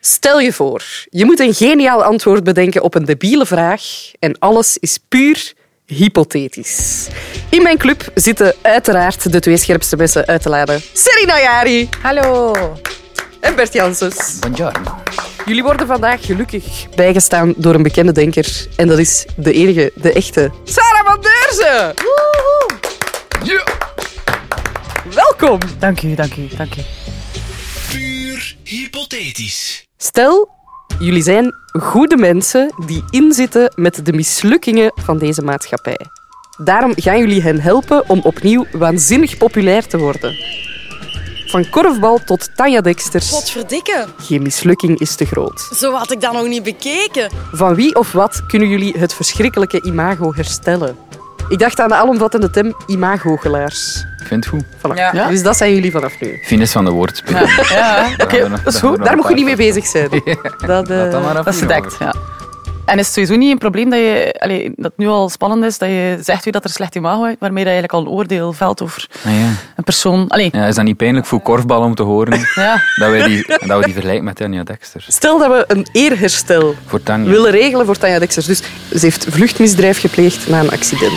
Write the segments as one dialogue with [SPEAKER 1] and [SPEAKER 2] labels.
[SPEAKER 1] Stel je voor, je moet een geniaal antwoord bedenken op een debiele vraag en alles is puur hypothetisch. In mijn club zitten uiteraard de twee scherpste mensen uit te laden. Serena Jari
[SPEAKER 2] Hallo.
[SPEAKER 1] en Bert Janssens.
[SPEAKER 3] Buongiorno.
[SPEAKER 1] Jullie worden vandaag gelukkig bijgestaan door een bekende denker. En dat is de enige, de echte, Sarah van Deurzen. Welkom.
[SPEAKER 2] Dank u, dank u, dank u.
[SPEAKER 4] Puur hypothetisch.
[SPEAKER 1] Stel, jullie zijn goede mensen die inzitten met de mislukkingen van deze maatschappij. Daarom gaan jullie hen helpen om opnieuw waanzinnig populair te worden. Van korfbal tot Tanja Deksters,
[SPEAKER 5] Potverdikke,
[SPEAKER 1] geen mislukking is te groot.
[SPEAKER 5] zo had ik dat nog niet bekeken.
[SPEAKER 1] Van wie of wat kunnen jullie het verschrikkelijke imago herstellen? Ik dacht aan de alomvattende term imagogelaars.
[SPEAKER 3] Ik vind het goed.
[SPEAKER 1] Voilà.
[SPEAKER 2] Ja. Ja.
[SPEAKER 1] Dus dat zijn jullie vanaf nu.
[SPEAKER 3] Fines van de woordspeling.
[SPEAKER 2] Ja,
[SPEAKER 3] Daar gaan we nog-
[SPEAKER 1] Dat is
[SPEAKER 3] gaan we
[SPEAKER 1] goed,
[SPEAKER 3] nog
[SPEAKER 1] daar
[SPEAKER 3] een
[SPEAKER 1] mag je niet mee
[SPEAKER 3] paar-
[SPEAKER 1] bezig zijn. Dat, eh,
[SPEAKER 3] Laat dat maar
[SPEAKER 2] dat is
[SPEAKER 3] afzien,
[SPEAKER 2] gedekt,
[SPEAKER 3] hoor.
[SPEAKER 2] ja. En is het sowieso niet een probleem dat je, allee, dat het nu al spannend is, dat je zegt wie dat er slecht imago heeft, waarmee dat eigenlijk al een oordeel velt over
[SPEAKER 3] Ah, ja.
[SPEAKER 2] een persoon. Allee,
[SPEAKER 3] Ja, is dat niet pijnlijk voor korfbal om te horen
[SPEAKER 2] ja.
[SPEAKER 3] dat, wij die, dat we die vergelijken met Tanja Dexter?
[SPEAKER 1] Stel dat we een eerherstel
[SPEAKER 3] Voor Tanja.
[SPEAKER 1] willen regelen voor Tanja Dexter. Dus ze heeft vluchtmisdrijf gepleegd na een accident.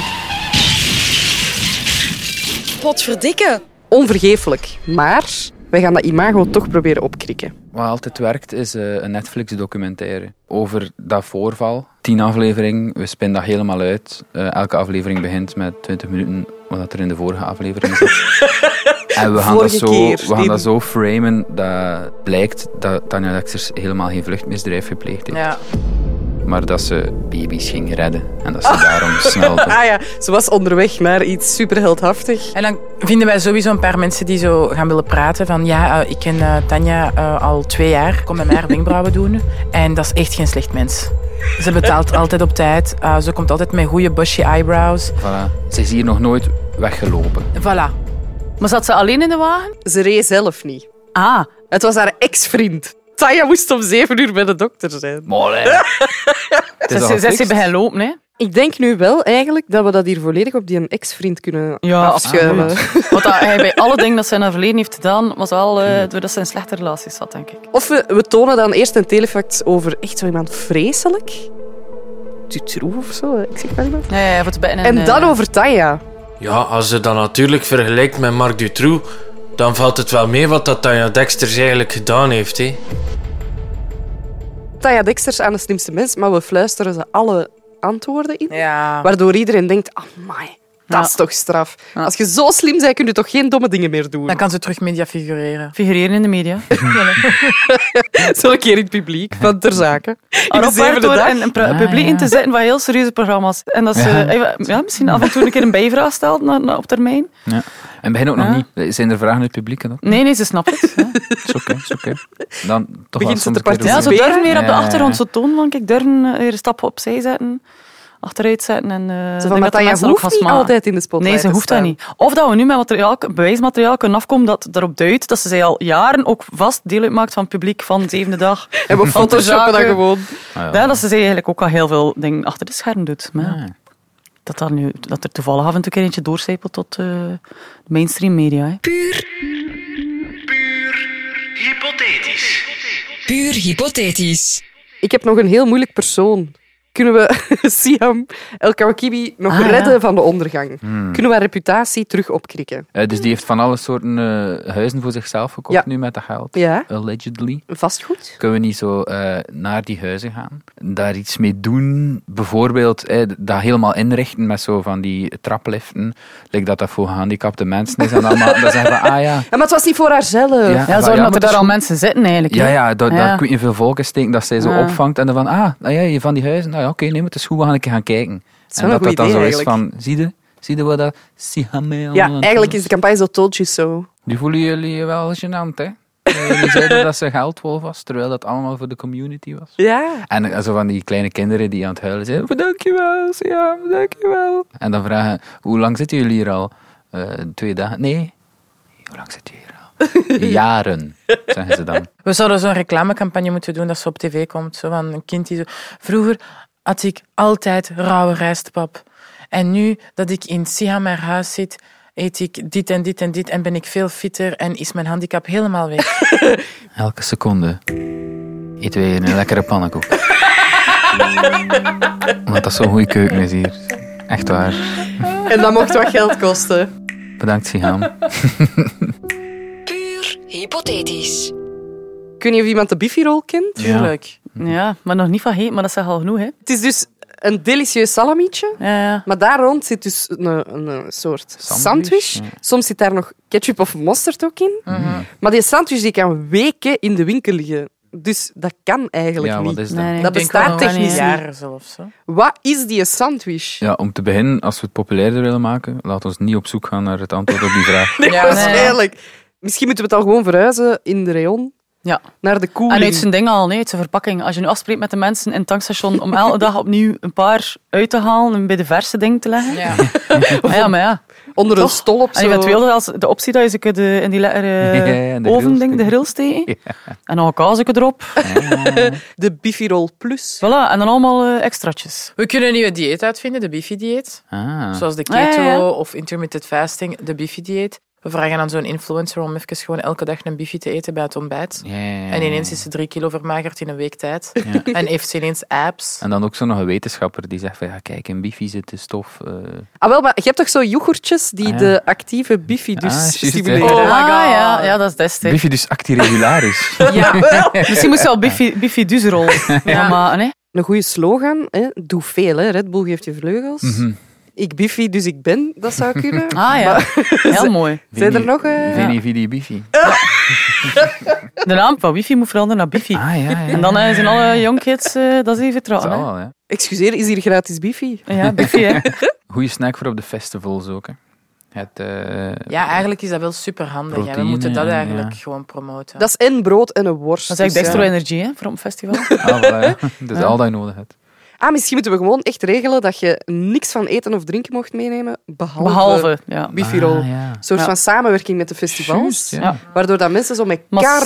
[SPEAKER 5] Potverdikke.
[SPEAKER 1] Onvergeeflijk. Maar wij gaan dat imago toch proberen opkrikken.
[SPEAKER 3] Wat altijd werkt is eh, een Netflix-documentaire over dat voorval. Tien afleveringen, we spinnen dat helemaal uit. Eh, elke aflevering begint met 20 minuten, wat er in de vorige aflevering zat. en we gaan, dat
[SPEAKER 1] Vorige
[SPEAKER 3] zo,
[SPEAKER 1] keer,
[SPEAKER 3] we gaan
[SPEAKER 1] die-
[SPEAKER 3] dat zo framen dat blijkt dat Tanja Dexters helemaal geen vluchtmisdrijf gepleegd heeft.
[SPEAKER 2] ja.
[SPEAKER 3] Maar dat ze baby's ging redden en dat ze daarom snelde.
[SPEAKER 1] Ah ja, ze was onderweg naar iets superheldhaftig.
[SPEAKER 6] En dan vinden wij sowieso een paar mensen die zo gaan willen praten van ja, eh, ik ken eh, Tanja eh, al twee jaar, kom bij mij haar wenkbrauwen doen. En dat is echt geen slecht mens. Ze betaalt altijd op tijd, eh, ze komt altijd met goede bushy eyebrows.
[SPEAKER 3] Voilà. Ze is hier nog nooit weggelopen.
[SPEAKER 6] Voilà.
[SPEAKER 2] Maar zat ze alleen in de wagen?
[SPEAKER 1] Ze reed zelf niet.
[SPEAKER 2] Ah,
[SPEAKER 1] Het was haar ex-vriend. Tanja moest om zeven uur bij de dokter zijn.
[SPEAKER 3] Molle. Het is al
[SPEAKER 2] ze
[SPEAKER 3] gefixt.
[SPEAKER 2] is bij hen lopen, hè.
[SPEAKER 1] Ik denk nu wel eigenlijk dat we dat hier volledig op die een ex-vriend kunnen
[SPEAKER 2] Ja,
[SPEAKER 1] afschuiven.
[SPEAKER 2] Want dat hij bij alle dingen dat zij naar verleden heeft gedaan, was wel eh, doordat ze in slechte relaties zat, denk ik.
[SPEAKER 1] Of we, we tonen dan eerst een telefact over echt zo iemand vreselijk. Dutroux of zo, hè. ik zeg maar wat.
[SPEAKER 2] Ja, ja, ja, voor te bijten
[SPEAKER 1] En
[SPEAKER 2] eh,
[SPEAKER 1] dan over Tanja.
[SPEAKER 7] Ja, als ze dat natuurlijk vergelijkt met Marc Dutroux, dan valt het wel mee wat dat Tanja Dexters eigenlijk gedaan heeft. Hè.
[SPEAKER 1] Tanja Dexters aan de slimste mens, maar we fluisteren ze alle antwoorden in.
[SPEAKER 6] Ja.
[SPEAKER 1] Waardoor iedereen denkt, amai, dat is toch straf. Als je zo slim bent, kun je toch geen domme dingen meer doen.
[SPEAKER 6] Dan kan ze terug media figureren.
[SPEAKER 2] Figureren in de media.
[SPEAKER 1] Zo een keer in het publiek, van ter zake. In de
[SPEAKER 2] Arop werd
[SPEAKER 1] zevende
[SPEAKER 2] door
[SPEAKER 1] dag.
[SPEAKER 2] een, een pro-
[SPEAKER 3] Ah,
[SPEAKER 2] publiek
[SPEAKER 3] ja.
[SPEAKER 2] in te zetten van heel serieuze programma's. En dat ze
[SPEAKER 3] Ja.
[SPEAKER 2] eh, ja, misschien af en toe een keer een bijvraag stelt na, na- op termijn.
[SPEAKER 3] En begin ook nog
[SPEAKER 2] Ja.
[SPEAKER 3] niet. Eh, Zijn er vragen uit het publiek? en Dat
[SPEAKER 2] Nee, nee, ze snapt het. Ja,
[SPEAKER 3] is oké. is oké. Dan toch
[SPEAKER 1] Begint
[SPEAKER 3] wel
[SPEAKER 1] ze
[SPEAKER 3] soms
[SPEAKER 1] te
[SPEAKER 3] een keer
[SPEAKER 1] participeren?
[SPEAKER 2] ja ze
[SPEAKER 3] doen.
[SPEAKER 2] durven weer op de
[SPEAKER 3] Ja, ja, ja.
[SPEAKER 2] achtergrond zo toon van kijk, durven eh, weer een stap opzij zetten, achteruit zetten en eh
[SPEAKER 1] Zo
[SPEAKER 2] denk
[SPEAKER 1] van, maar
[SPEAKER 2] dat de
[SPEAKER 1] Tanja
[SPEAKER 2] mensen ook
[SPEAKER 1] hoeft
[SPEAKER 2] gaan
[SPEAKER 1] niet
[SPEAKER 2] smaken.
[SPEAKER 1] altijd in de spotlight
[SPEAKER 2] Nee, ze
[SPEAKER 1] te
[SPEAKER 2] hoeft dat
[SPEAKER 1] staan.
[SPEAKER 2] niet. Of dat we nu met materiaal, bewijsmateriaal kunnen afkomen dat erop duidt dat ze zij al jaren ook vast deel uitmaakt van het publiek van zevende dag.
[SPEAKER 1] En we
[SPEAKER 2] Van ter
[SPEAKER 1] photoshoppen dat
[SPEAKER 2] zake.
[SPEAKER 1] gewoon.
[SPEAKER 3] Ah, ja.
[SPEAKER 2] Ja, dat ze zij eigenlijk ook al heel veel dingen achter de scherm doet. Maar ja,
[SPEAKER 3] Ah.
[SPEAKER 2] dat, dat, nu, dat er toevallig af en toe een keer eentje doorcijpelt tot eh, de mainstream media. Hè.
[SPEAKER 4] Hypothetisch.
[SPEAKER 5] Puur hypothetisch.
[SPEAKER 1] Ik heb nog een heel moeilijk persoon. Kunnen we Siam El Kawakibi nog
[SPEAKER 2] Ah, ja.
[SPEAKER 1] redden van de ondergang? Kunnen we haar reputatie terug opkrikken?
[SPEAKER 3] Eh, dus die heeft van alle soorten eh, huizen voor zichzelf gekocht
[SPEAKER 1] Ja.
[SPEAKER 3] nu met dat geld.
[SPEAKER 1] Ja,
[SPEAKER 3] Allegedly.
[SPEAKER 1] vastgoed.
[SPEAKER 3] Kunnen we niet zo eh, naar die huizen gaan? Daar iets mee doen? Bijvoorbeeld eh, dat helemaal inrichten met zo van die trapliften. Lijkt dat dat voor gehandicapte mensen is. En allemaal, dan zeggen we, ah ja.
[SPEAKER 1] Ja, maar het was niet voor haarzelf.
[SPEAKER 3] Ja.
[SPEAKER 2] Ja,
[SPEAKER 3] maar
[SPEAKER 2] zorg dat
[SPEAKER 3] maar dat
[SPEAKER 2] er daar
[SPEAKER 3] is-
[SPEAKER 1] dus
[SPEAKER 2] al mensen zitten eigenlijk.
[SPEAKER 3] Ja,
[SPEAKER 2] hè.
[SPEAKER 3] ja, dat,
[SPEAKER 2] Ja.
[SPEAKER 3] dat kun je veel volken steken dat zij zo
[SPEAKER 2] Ja.
[SPEAKER 3] opvangt. En dan van, ah, nou ja, je van die huizen. Nou ja, oké, neem het eens goed, we gaan een keer gaan kijken.
[SPEAKER 1] is
[SPEAKER 3] en
[SPEAKER 1] wel
[SPEAKER 3] dat
[SPEAKER 1] een goed
[SPEAKER 3] dat dan zo
[SPEAKER 1] idee,
[SPEAKER 3] is van, zie je, zie je wat dat... Siamel-
[SPEAKER 1] Ja, eigenlijk is de campagne zo told you so.
[SPEAKER 3] Nu voelen jullie je wel gênant, hè? Eh, Jullie zeiden dat ze geldwolf was, terwijl dat allemaal voor de community was.
[SPEAKER 1] Ja.
[SPEAKER 3] En eh, zo van die kleine kinderen die aan het huilen zijn. Dankjewel, Siam, dankjewel. En dan vragen, hoe lang zitten jullie hier al? Eh, twee dagen? Nee. Hoe lang zitten jullie hier al? Jaren, zeggen ze dan.
[SPEAKER 6] We zouden zo'n reclamecampagne moeten doen dat ze op tv komt. Zo van een kind die zo... Vroeger had ik altijd rauwe rijstpap. En nu dat ik in Siam haar huis zit, eet ik dit en dit en dit en ben ik veel fitter en is mijn handicap helemaal weg.
[SPEAKER 3] Elke seconde eten wij hier een lekkere pannenkoek. Omdat dat zo'n goede keuken is hier. Echt waar.
[SPEAKER 1] En dat mocht wat geld kosten.
[SPEAKER 3] Bedankt, Siham.
[SPEAKER 5] Puur hypothetisch.
[SPEAKER 1] Ik weet niet of iemand de biffyrol kent.
[SPEAKER 6] Tuurlijk.
[SPEAKER 2] Ja, maar nog niet van heet, maar dat is al genoeg, hè.
[SPEAKER 1] Het is dus een delicieus salamietje.
[SPEAKER 2] Ja, ja.
[SPEAKER 1] Maar daar rond zit dus een, een soort
[SPEAKER 3] Sandwich,
[SPEAKER 1] sandwich.
[SPEAKER 3] ja. Mhm.
[SPEAKER 1] Soms zit daar nog ketchup of mosterd ook in. Maar die sandwich die kan weken in de winkel liggen. Dus dat kan eigenlijk
[SPEAKER 3] Ja,
[SPEAKER 1] niet.
[SPEAKER 3] wat is dat?
[SPEAKER 1] Dat bestaat technisch niet.
[SPEAKER 6] jaren zelfs. Hè.
[SPEAKER 1] Wat is die sandwich?
[SPEAKER 3] Ja, om te beginnen, als we het populairder willen maken, laat ons niet op zoek gaan naar het antwoord op die vraag.
[SPEAKER 1] Nee,
[SPEAKER 6] Ja,
[SPEAKER 1] waarschijnlijk. Misschien moeten we het al gewoon verhuizen in de rayon.
[SPEAKER 2] Ja.
[SPEAKER 1] Naar de koeling.
[SPEAKER 2] En uit zijn ding al, nee, uit zijn verpakking. Als je nu afspreekt met de mensen in het tankstation om elke dag opnieuw een paar uit te halen en bij de verse ding te leggen.
[SPEAKER 6] Ja.
[SPEAKER 2] Maar ja, maar ja.
[SPEAKER 1] Onder een
[SPEAKER 2] Toch?
[SPEAKER 1] stol op
[SPEAKER 2] En
[SPEAKER 1] zo.
[SPEAKER 2] eventueel als de optie dat je ze kunt, eh, in die lekker
[SPEAKER 3] Ja, ja,
[SPEAKER 2] eh,
[SPEAKER 3] ja, de grill
[SPEAKER 2] oven ding, de
[SPEAKER 3] steken.
[SPEAKER 2] grill steken. En dan een kaasje erop.
[SPEAKER 1] De biffyrol plus.
[SPEAKER 2] Voilà, en dan allemaal eh, extraatjes.
[SPEAKER 6] We kunnen een nieuwe dieet uitvinden, de Bifi-dieet.
[SPEAKER 3] Ah,
[SPEAKER 6] Zoals de
[SPEAKER 2] Ah, ja,
[SPEAKER 6] keto
[SPEAKER 2] ja.
[SPEAKER 6] of intermittent fasting, de Bifi-dieet. We vragen aan zo'n influencer om even gewoon elke dag een Bifi te eten bij het ontbijt.
[SPEAKER 3] ja, ja, ja.
[SPEAKER 6] En ineens is ze drie kilo vermagerd in een week tijd. En heeft ze ineens apps.
[SPEAKER 3] En dan ook zo nog een wetenschapper die zegt van, ja, kijk, in bifi zit de stof. eh,
[SPEAKER 1] Ah, wel, maar je hebt toch zo yoghurtjes die
[SPEAKER 3] Ah, ja.
[SPEAKER 1] de actieve biffy dus
[SPEAKER 3] Ah, juist, hè.
[SPEAKER 1] stimuleren?
[SPEAKER 3] Oh
[SPEAKER 2] Ah, ja, ja, dat is destijds.
[SPEAKER 3] bifi dus actiregularis.
[SPEAKER 2] Misschien moest ze al Biffy, Biffy dus rollen. Ja, maar nee.
[SPEAKER 1] Een goede slogan. Hè? Doe veel, hè. Red Bull geeft je vleugels.
[SPEAKER 3] Mhm.
[SPEAKER 1] Ik biffy, dus ik ben. Dat zou kunnen.
[SPEAKER 2] Ah ja,
[SPEAKER 1] Maar-
[SPEAKER 2] heel mooi.
[SPEAKER 1] Zijn er nog, eh,
[SPEAKER 3] Vini, Vidi, Bifi.
[SPEAKER 2] De naam van Biffy moet veranderen naar Biffy.
[SPEAKER 3] Ah, ja, ja.
[SPEAKER 2] En dan eh, zijn alle jongkids, eh dat is
[SPEAKER 3] Dat
[SPEAKER 2] even trouwen.
[SPEAKER 3] zal
[SPEAKER 2] hè.
[SPEAKER 3] wel, hè.
[SPEAKER 1] Excuseer, is hier gratis biffy?
[SPEAKER 2] Ja, Biffy, hè.
[SPEAKER 3] Goeie snack voor op de festivals ook, hè. Het, eh,
[SPEAKER 6] Ja, eigenlijk is dat wel super handig. we
[SPEAKER 3] Proteïne,
[SPEAKER 6] moeten dat
[SPEAKER 3] ja,
[SPEAKER 6] eigenlijk
[SPEAKER 3] ja.
[SPEAKER 6] gewoon promoten.
[SPEAKER 1] Dat is en brood en een worst.
[SPEAKER 2] Dat is eigenlijk de
[SPEAKER 1] Dus,
[SPEAKER 2] extra
[SPEAKER 1] ja.
[SPEAKER 2] energie hè, voor op een festival.
[SPEAKER 3] ah, voilà, ja. Dat is al dat je nodig hebt.
[SPEAKER 1] Ah, misschien moeten we gewoon echt regelen dat je niks van eten of drinken mocht meenemen, behalve,
[SPEAKER 2] Behalve, ja.
[SPEAKER 1] biffyrol.
[SPEAKER 3] Ah, ja.
[SPEAKER 1] Een soort
[SPEAKER 2] Ja.
[SPEAKER 1] van samenwerking met de festivals.
[SPEAKER 3] Juist, ja.
[SPEAKER 2] Ja.
[SPEAKER 1] Waardoor dat mensen zo met
[SPEAKER 2] Massaal.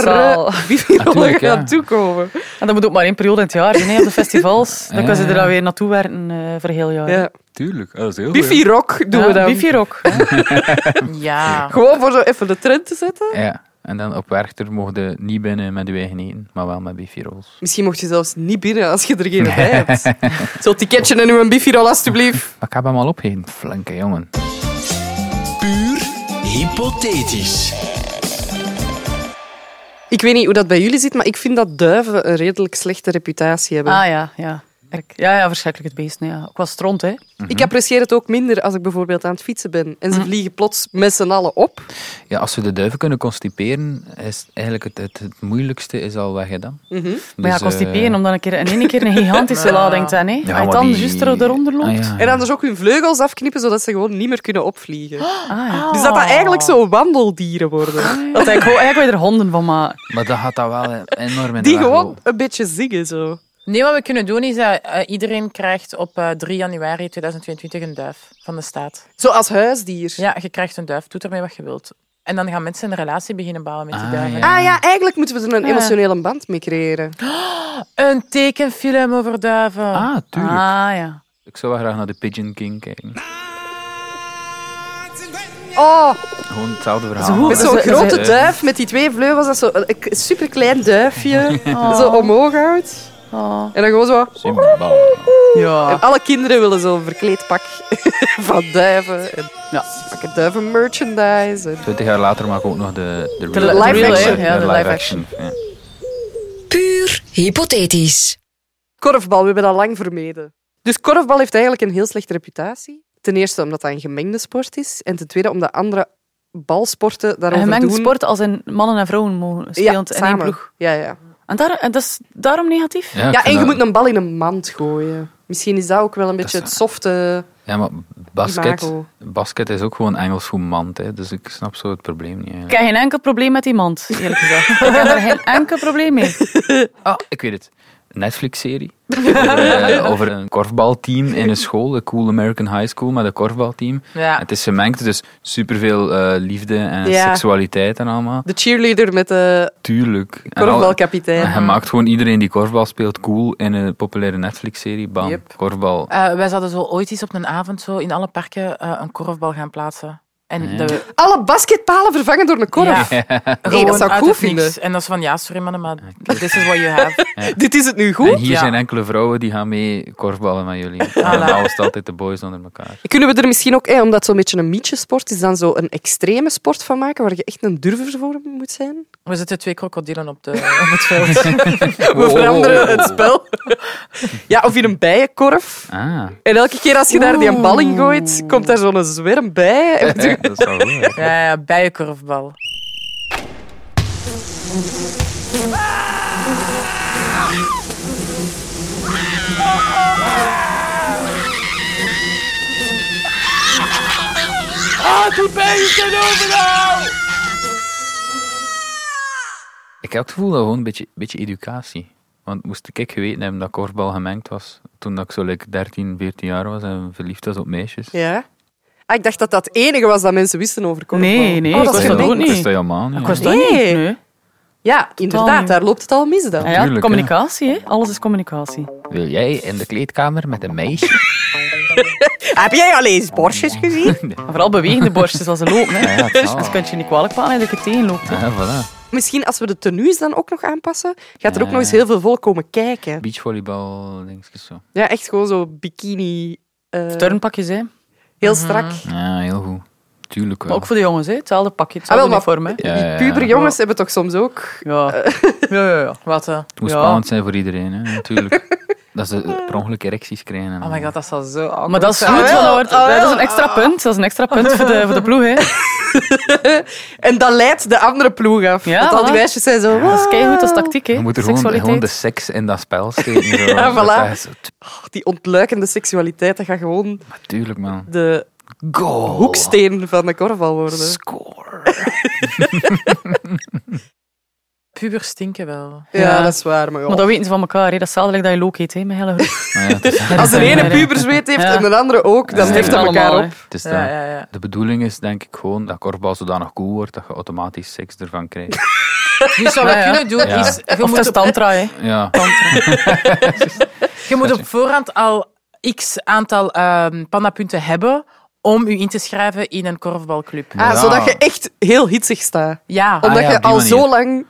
[SPEAKER 1] karren biffyrollen
[SPEAKER 3] Natuurlijk, ja.
[SPEAKER 1] gaan toekomen.
[SPEAKER 2] En dat moet ook maar één periode in het jaar zijn, hè, op de festivals. Dan
[SPEAKER 3] Ja,
[SPEAKER 2] kunnen ze er
[SPEAKER 3] ja.
[SPEAKER 2] dan weer naartoe werken eh, voor heel jaar.
[SPEAKER 1] Ja.
[SPEAKER 3] Tuurlijk, Ah, dat is heel goed, hè.
[SPEAKER 1] Biffyrock doen
[SPEAKER 2] Ja,
[SPEAKER 1] we dan.
[SPEAKER 2] Biffy-rock.
[SPEAKER 6] Ja.
[SPEAKER 1] Gewoon voor zo even de trend te zetten.
[SPEAKER 3] Ja. En dan op Werchter mocht je niet binnen met je eigen eten, maar wel met bifirols.
[SPEAKER 1] Misschien mocht je zelfs niet binnen als je er geen bij hebt. Zo'n ticketje en nu een biffyrol, alstublieft.
[SPEAKER 3] Maar ik heb hem al opgegeten. Flinke jongen.
[SPEAKER 4] Puur hypothetisch.
[SPEAKER 1] Ik weet niet hoe dat bij jullie zit, maar ik vind dat duiven een redelijk slechte reputatie hebben.
[SPEAKER 2] Ah ja, ja. Kijk, Ja, ja, verschrikkelijk het beest. nee, Ja. Ook wel stront, hè.
[SPEAKER 1] Ik apprecieer het ook minder als ik bijvoorbeeld aan het fietsen ben en ze
[SPEAKER 2] Mhm.
[SPEAKER 1] vliegen plots met z'n allen op.
[SPEAKER 3] Ja, als we de duiven kunnen constiperen, is eigenlijk het, het, het moeilijkste is al weg gedaan.
[SPEAKER 2] Mhm. Maar ja,
[SPEAKER 3] Dus,
[SPEAKER 2] constiperen,
[SPEAKER 3] eh,
[SPEAKER 2] om dan een keer, in één keer een gigantische lading te hebben, hè.
[SPEAKER 3] ja,
[SPEAKER 2] Als je
[SPEAKER 3] maar
[SPEAKER 2] dan
[SPEAKER 3] die-
[SPEAKER 2] juist er- eronder loopt.
[SPEAKER 3] Ah, ja,
[SPEAKER 1] En
[SPEAKER 3] ja.
[SPEAKER 1] anders ook hun vleugels afknippen, zodat ze gewoon niet meer kunnen opvliegen.
[SPEAKER 2] Ah, ja.
[SPEAKER 1] Dus dat dat eigenlijk zo wandeldieren worden.
[SPEAKER 2] Dat eigenlijk, gewoon- eigenlijk wil je er honden van maken.
[SPEAKER 3] Maar dat gaat dat wel enorm in de
[SPEAKER 1] Die
[SPEAKER 3] weg
[SPEAKER 1] gewoon
[SPEAKER 3] lopen.
[SPEAKER 1] een beetje zingen zo.
[SPEAKER 6] Nee, wat we kunnen doen is dat eh, iedereen krijgt op eh, 3 januari 2022 een duif van de staat.
[SPEAKER 1] Zo als huisdier.
[SPEAKER 6] Ja, je krijgt een duif, doe ermee wat je wilt. En dan gaan mensen een relatie beginnen bouwen met die
[SPEAKER 3] Ah,
[SPEAKER 6] duiven.
[SPEAKER 3] ja.
[SPEAKER 1] Ah ja, eigenlijk moeten we er een
[SPEAKER 2] Ja.
[SPEAKER 1] emotionele band mee creëren.
[SPEAKER 6] Een tekenfilm over duiven.
[SPEAKER 3] Ah, tuurlijk.
[SPEAKER 2] Ah, ja.
[SPEAKER 3] Ik zou wel graag naar de Pigeon King kijken.
[SPEAKER 1] Oh,
[SPEAKER 3] Gewoon hetzelfde verhaal.
[SPEAKER 2] Zo,
[SPEAKER 1] met
[SPEAKER 2] Ze-
[SPEAKER 1] zo'n
[SPEAKER 2] ze-
[SPEAKER 1] grote
[SPEAKER 2] ze-
[SPEAKER 1] duif met die twee vleugels, dat zo een een superklein duifje zo omhoog houdt.
[SPEAKER 2] Oh.
[SPEAKER 1] En dan gewoon zo.
[SPEAKER 3] Simba.
[SPEAKER 2] Ah.
[SPEAKER 1] En alle kinderen willen zo'n verkleed pak van duiven. En
[SPEAKER 2] Ja.
[SPEAKER 1] pakken duiven merchandise. En...
[SPEAKER 3] Twintig jaar later maak ik ook nog de, de,
[SPEAKER 2] li-
[SPEAKER 1] live action.
[SPEAKER 3] de
[SPEAKER 2] Ja, de live
[SPEAKER 3] action. Ja.
[SPEAKER 5] Puur hypothetisch.
[SPEAKER 1] Korfbal, we hebben dat lang vermeden. Dus korfbal heeft eigenlijk een heel slechte reputatie. Ten eerste omdat dat een gemengde sport is. En ten tweede omdat andere balsporten
[SPEAKER 2] Een
[SPEAKER 1] daarover
[SPEAKER 2] gemengde
[SPEAKER 1] doen.
[SPEAKER 2] sport als in mannen en vrouwen mogen
[SPEAKER 1] ja,
[SPEAKER 2] spelen in één
[SPEAKER 1] samen.
[SPEAKER 2] ploeg.
[SPEAKER 1] Ja, ja.
[SPEAKER 2] En, daar, en dat is daarom negatief?
[SPEAKER 3] ik
[SPEAKER 1] ja, en
[SPEAKER 3] vind
[SPEAKER 1] je
[SPEAKER 3] dat-
[SPEAKER 1] moet een bal in een mand gooien. Misschien is dat ook wel een beetje het softe...
[SPEAKER 3] Ja, maar basket,
[SPEAKER 1] Imago.
[SPEAKER 3] basket is ook gewoon Engels voor mand, hè, dus ik snap zo het probleem niet.
[SPEAKER 2] Ik
[SPEAKER 3] eigenlijk.
[SPEAKER 2] heb geen enkel probleem met iemand, eerlijk gezegd. Ik heb er geen enkel probleem mee.
[SPEAKER 3] Ah, ik weet het. Een Netflix-serie over, eh, over een korfbalteam in een school, een cool American high school, met een korfbalteam.
[SPEAKER 6] Ja.
[SPEAKER 3] Het is gemengd, dus superveel eh liefde en
[SPEAKER 1] Ja.
[SPEAKER 3] seksualiteit en allemaal.
[SPEAKER 1] De cheerleader met de
[SPEAKER 3] Tuurlijk. En al-
[SPEAKER 1] korfbalkapitein.
[SPEAKER 3] en je maakt gewoon iedereen die korfbal speelt cool in een populaire Netflix-serie. Bam,
[SPEAKER 1] Yep.
[SPEAKER 3] korfbal.
[SPEAKER 6] Eh, wij zouden zo ooit eens op een avond zo in alle parken eh, een korfbal gaan plaatsen. En
[SPEAKER 3] Ja.
[SPEAKER 6] dat we
[SPEAKER 1] Alle basketpalen vervangen door een korf.
[SPEAKER 6] Ja.
[SPEAKER 1] Nee, dat
[SPEAKER 6] gewoon
[SPEAKER 1] zou ik
[SPEAKER 6] uit
[SPEAKER 1] goed
[SPEAKER 6] het niks.
[SPEAKER 1] vinden.
[SPEAKER 6] En dat is van, ja, sorry mannen, maar this is what you have.
[SPEAKER 1] Dit is het nu Ah,
[SPEAKER 3] En
[SPEAKER 1] goed.
[SPEAKER 3] hier
[SPEAKER 6] Ja.
[SPEAKER 3] zijn enkele vrouwen die gaan mee korfballen met jullie. En dan was het altijd de boys onder elkaar.
[SPEAKER 1] Kunnen we er misschien ook, eh, omdat het zo'n beetje een mietjesport is, dan zo een extreme sport van maken waar je echt een durver voor moet zijn?
[SPEAKER 6] We zitten twee krokodillen op, de, op het veld.
[SPEAKER 2] Oh.
[SPEAKER 1] We veranderen
[SPEAKER 3] Oh.
[SPEAKER 1] het spel. Ja, of in een bijenkorf.
[SPEAKER 3] Ah,
[SPEAKER 1] En elke keer als je daar die bal in gooit, komt daar zo'n zwerm bij.
[SPEAKER 2] Eh,
[SPEAKER 1] En we doen-
[SPEAKER 3] dat is wel goed. hè.
[SPEAKER 6] Ja, ja, bijenkorfbal.
[SPEAKER 3] Ik heb het gevoel dat gewoon een beetje, beetje educatie. Want moest ik geweten hebben dat korfbal gemengd was toen dat ik zo like 13, 14 jaar was en verliefd was op meisjes.
[SPEAKER 1] Ja. Ah, ik dacht dat dat het enige was dat mensen wisten over korfbal.
[SPEAKER 2] Nee, nee,
[SPEAKER 1] Oh,
[SPEAKER 2] ik
[SPEAKER 1] dat is
[SPEAKER 2] wist dat
[SPEAKER 1] gemengd.
[SPEAKER 2] ook niet.
[SPEAKER 3] Dat is dat helemaal niet.
[SPEAKER 2] Ik was dat
[SPEAKER 1] Nee.
[SPEAKER 2] niet. Nee.
[SPEAKER 1] Ja, inderdaad,
[SPEAKER 2] niet.
[SPEAKER 1] daar loopt het al mis dan.
[SPEAKER 2] Ah ja,
[SPEAKER 3] Tuurlijk,
[SPEAKER 2] communicatie, hè. alles is communicatie.
[SPEAKER 3] Wil jij in de kleedkamer met een meisje?
[SPEAKER 1] Heb jij al eens borstjes gezien?
[SPEAKER 2] Maar vooral bewegende borstjes als ze lopen. Hè.
[SPEAKER 3] Ja, ja, het zal.
[SPEAKER 2] Dus kun je niet kwalijk pakken dat je tegenloopt. Hè.
[SPEAKER 3] Ja, Ah, voilà.
[SPEAKER 1] Misschien als we de tenues dan ook nog aanpassen, gaat er ook
[SPEAKER 3] Ja.
[SPEAKER 1] nog eens heel veel volk komen kijken.
[SPEAKER 3] Beachvolleybal, denk ik zo.
[SPEAKER 1] Ja, echt gewoon zo bikini. eh,
[SPEAKER 2] Turnpakjes, hè.
[SPEAKER 1] heel strak.
[SPEAKER 2] Mhm.
[SPEAKER 3] Ja, heel goed. Tuurlijk
[SPEAKER 2] Maar
[SPEAKER 3] wel.
[SPEAKER 2] ook voor de jongens, hè. hetzelfde pakje,
[SPEAKER 1] Ah, wel,
[SPEAKER 2] hetzelfde
[SPEAKER 1] maar-
[SPEAKER 2] uniform. Hè.
[SPEAKER 3] Ja, ja, ja.
[SPEAKER 1] Die pubere jongens hebben toch soms ook...
[SPEAKER 2] Ja. Ja, ja, ja.
[SPEAKER 6] Wat? eh?
[SPEAKER 3] Het moet
[SPEAKER 2] Ja.
[SPEAKER 3] spannend zijn voor iedereen, hè. natuurlijk. dat ze per ongeluk erecties krijgen. en-
[SPEAKER 6] Oh my god, dat zal zo awkward
[SPEAKER 2] Maar dat is
[SPEAKER 6] zijn.
[SPEAKER 2] goed,
[SPEAKER 1] wel.
[SPEAKER 2] want dat, wordt-
[SPEAKER 1] Ah, wel.
[SPEAKER 2] dat is een extra punt. Dat is een extra punt voor de, voor de ploeg. Hè.
[SPEAKER 1] En dat leidt de andere ploeg af.
[SPEAKER 2] Ja,
[SPEAKER 1] Want al die
[SPEAKER 2] voilà.
[SPEAKER 1] meisjes zijn zo...
[SPEAKER 2] Dat is keigoed, dat is tactiek. Hè.
[SPEAKER 3] Je moet er gewoon,
[SPEAKER 2] Seksualiteit.
[SPEAKER 3] gewoon de seks in dat spel steken. zo.
[SPEAKER 1] Ja,
[SPEAKER 3] Dat
[SPEAKER 1] voilà.
[SPEAKER 3] is-
[SPEAKER 1] "Wow." Die ontluikende seksualiteit, dat gaat gewoon
[SPEAKER 3] Natuurlijk, man.
[SPEAKER 1] de
[SPEAKER 3] Goal!
[SPEAKER 1] hoeksteen van de korfbal worden.
[SPEAKER 3] Score!
[SPEAKER 6] Pubers stinken wel.
[SPEAKER 1] Ja,
[SPEAKER 2] Ja.
[SPEAKER 1] dat is waar. Maar ja.
[SPEAKER 2] Maar dat weten ze van elkaar. Hè. Dat is hetzelfde dat je look heet. Hè. Met hele groep.
[SPEAKER 3] Maar ja, het is,
[SPEAKER 1] Als de ene
[SPEAKER 2] Ja.
[SPEAKER 1] pubers weet heeft
[SPEAKER 2] Ja.
[SPEAKER 1] en de andere ook, dan
[SPEAKER 3] Ja.
[SPEAKER 1] heeft dat elkaar
[SPEAKER 2] Allemaal,
[SPEAKER 1] op.
[SPEAKER 3] het is dat.
[SPEAKER 6] Ja, ja, ja.
[SPEAKER 3] De bedoeling is denk ik gewoon dat korfbal zodanig cool wordt dat je automatisch seks ervan krijgt.
[SPEAKER 6] Dus wat we
[SPEAKER 2] Ja, ja.
[SPEAKER 6] kunnen doen
[SPEAKER 3] Ja.
[SPEAKER 6] is... Je
[SPEAKER 2] Of dat
[SPEAKER 6] moet,
[SPEAKER 2] is
[SPEAKER 6] op,
[SPEAKER 2] tantra. Hè.
[SPEAKER 3] Ja,
[SPEAKER 6] je moet op voorhand al x aantal ehm pandapunten hebben om je in te schrijven in een korfbalclub.
[SPEAKER 1] Ah,
[SPEAKER 3] Ja. Ah
[SPEAKER 1] zodat je echt heel hitsig staat.
[SPEAKER 6] Ja.
[SPEAKER 2] Ah,
[SPEAKER 1] Omdat
[SPEAKER 3] ja,
[SPEAKER 1] je
[SPEAKER 3] op die
[SPEAKER 1] al
[SPEAKER 3] manier.
[SPEAKER 1] zo lang...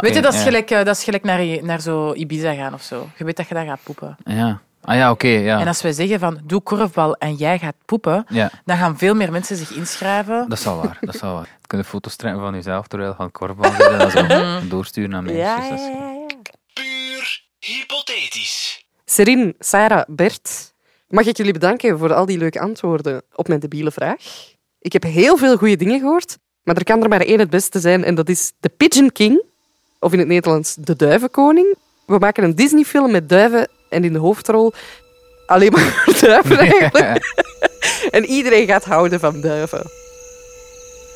[SPEAKER 6] Weet je, dat is
[SPEAKER 3] ja.
[SPEAKER 6] gelijk, eh, dat is gelijk naar, je- naar zo Ibiza gaan of zo. Je weet dat je daar gaat poepen.
[SPEAKER 3] ja. Ah ja, oké, ja.
[SPEAKER 6] En als wij zeggen van doe korfbal en jij gaat poepen,
[SPEAKER 3] ja.
[SPEAKER 6] dan gaan veel meer mensen zich inschrijven.
[SPEAKER 3] Dat is al waar, dat is al waar. Je kunt foto's trekken van jezelf terwijl je aan het korfbal zit en dat zo doorsturen naar mensen.
[SPEAKER 1] Ja, ja, ja, ja.
[SPEAKER 4] Puur hypothetisch.
[SPEAKER 1] Serin, Sarah, Bert, mag ik jullie bedanken voor al die leuke antwoorden op mijn debiele vraag. Ik heb heel veel goede dingen gehoord, maar er kan er maar één het beste zijn en dat is The Pigeon King, of in het Nederlands De Duivenkoning. We maken een Disney-film met duiven en in de hoofdrol alleen maar duiven eigenlijk. En iedereen gaat houden van duiven.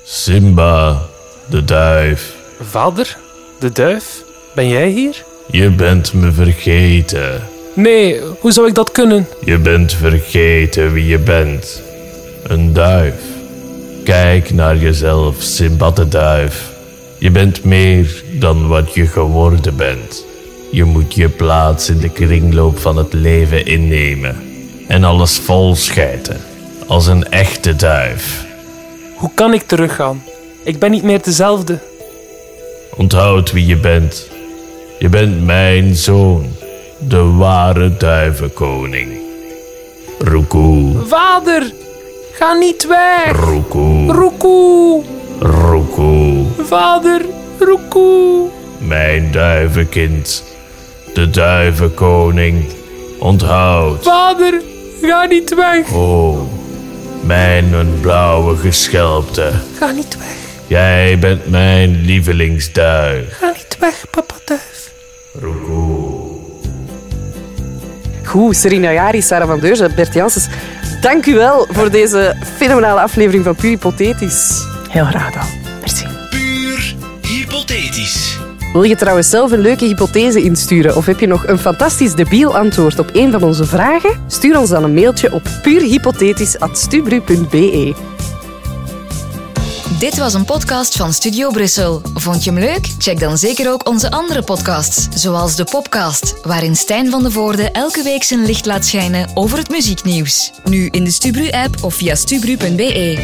[SPEAKER 8] Simba, de duif,
[SPEAKER 9] Vader, de duif, ben jij hier?
[SPEAKER 8] je bent me vergeten.
[SPEAKER 9] Nee, hoe zou ik dat kunnen?
[SPEAKER 8] Je bent vergeten wie je bent. Een duif. Kijk naar jezelf, Simba de duif. Je bent meer dan wat je geworden bent. Je moet je plaats in de kringloop van het leven innemen. En alles volschijten. Als een echte duif.
[SPEAKER 9] Hoe kan ik teruggaan? Ik ben niet meer dezelfde.
[SPEAKER 8] Onthoud wie je bent. Je bent mijn zoon, de ware duivenkoning. Roekoe,
[SPEAKER 9] Vader, ga niet weg!
[SPEAKER 8] roekoe,
[SPEAKER 9] Roekoe,
[SPEAKER 8] roekoe,
[SPEAKER 9] vader, roekoe.
[SPEAKER 8] mijn duivenkind, de duivenkoning. Onthoud,
[SPEAKER 9] Vader, ga niet weg!
[SPEAKER 8] oh, mijn blauwe geschelpte.
[SPEAKER 9] Ga niet weg,
[SPEAKER 8] Jij bent mijn lievelingsduif.
[SPEAKER 9] ga niet weg, papa duif.
[SPEAKER 8] Roekoe.
[SPEAKER 1] Goed, Serena Jari, Sarah van Deurzen, Bert Janssens, dank u wel voor deze fenomenale aflevering van Puur Hypothetisch.
[SPEAKER 2] Heel graag dan. Merci.
[SPEAKER 4] Puur hypothetisch.
[SPEAKER 1] Wil je trouwens zelf een leuke hypothese insturen of heb je nog een fantastisch debiel antwoord op een van onze vragen? Stuur ons dan een mailtje op puurhypothetisch.stubru.be.
[SPEAKER 5] Dit was een podcast van Studio Brussel. Vond je hem leuk? Check dan zeker ook onze andere podcasts, zoals de Popcast, waarin Stijn van de Voorde elke week zijn licht laat schijnen over het muzieknieuws. Nu in de Stubru-app of via stubru.be.